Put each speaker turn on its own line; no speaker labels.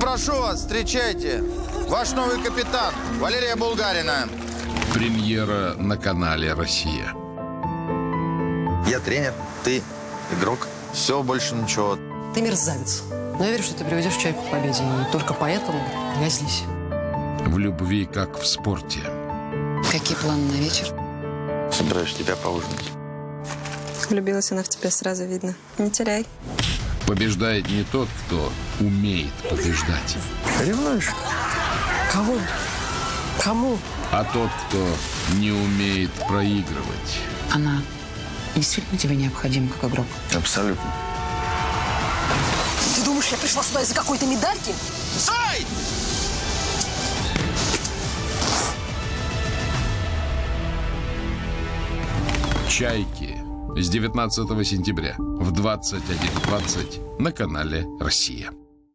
Прошу вас, встречайте. Ваш новый капитан, Валерия Булгарина.
Премьера на канале «Россия».
Я тренер, ты игрок. Все, больше ничего.
Ты мерзавец. Но я верю, что ты приведешь чай к победе. И только поэтому я здесь.
В любви, как в спорте.
Какие планы на вечер?
Собираюсь тебя поужинать.
Влюбилась она в тебя, сразу видно. Не теряй.
Побеждает не тот, кто умеет побеждать,
Ревнуешь?
Кого? Кому?
а тот, кто не умеет проигрывать.
Она действительно тебе необходима как игрок?
Абсолютно.
Ты думаешь, я пришла сюда из-за какой-то медальки?
Стой!
«Чайки» с 19 сентября в 21.20 на канале «Россия».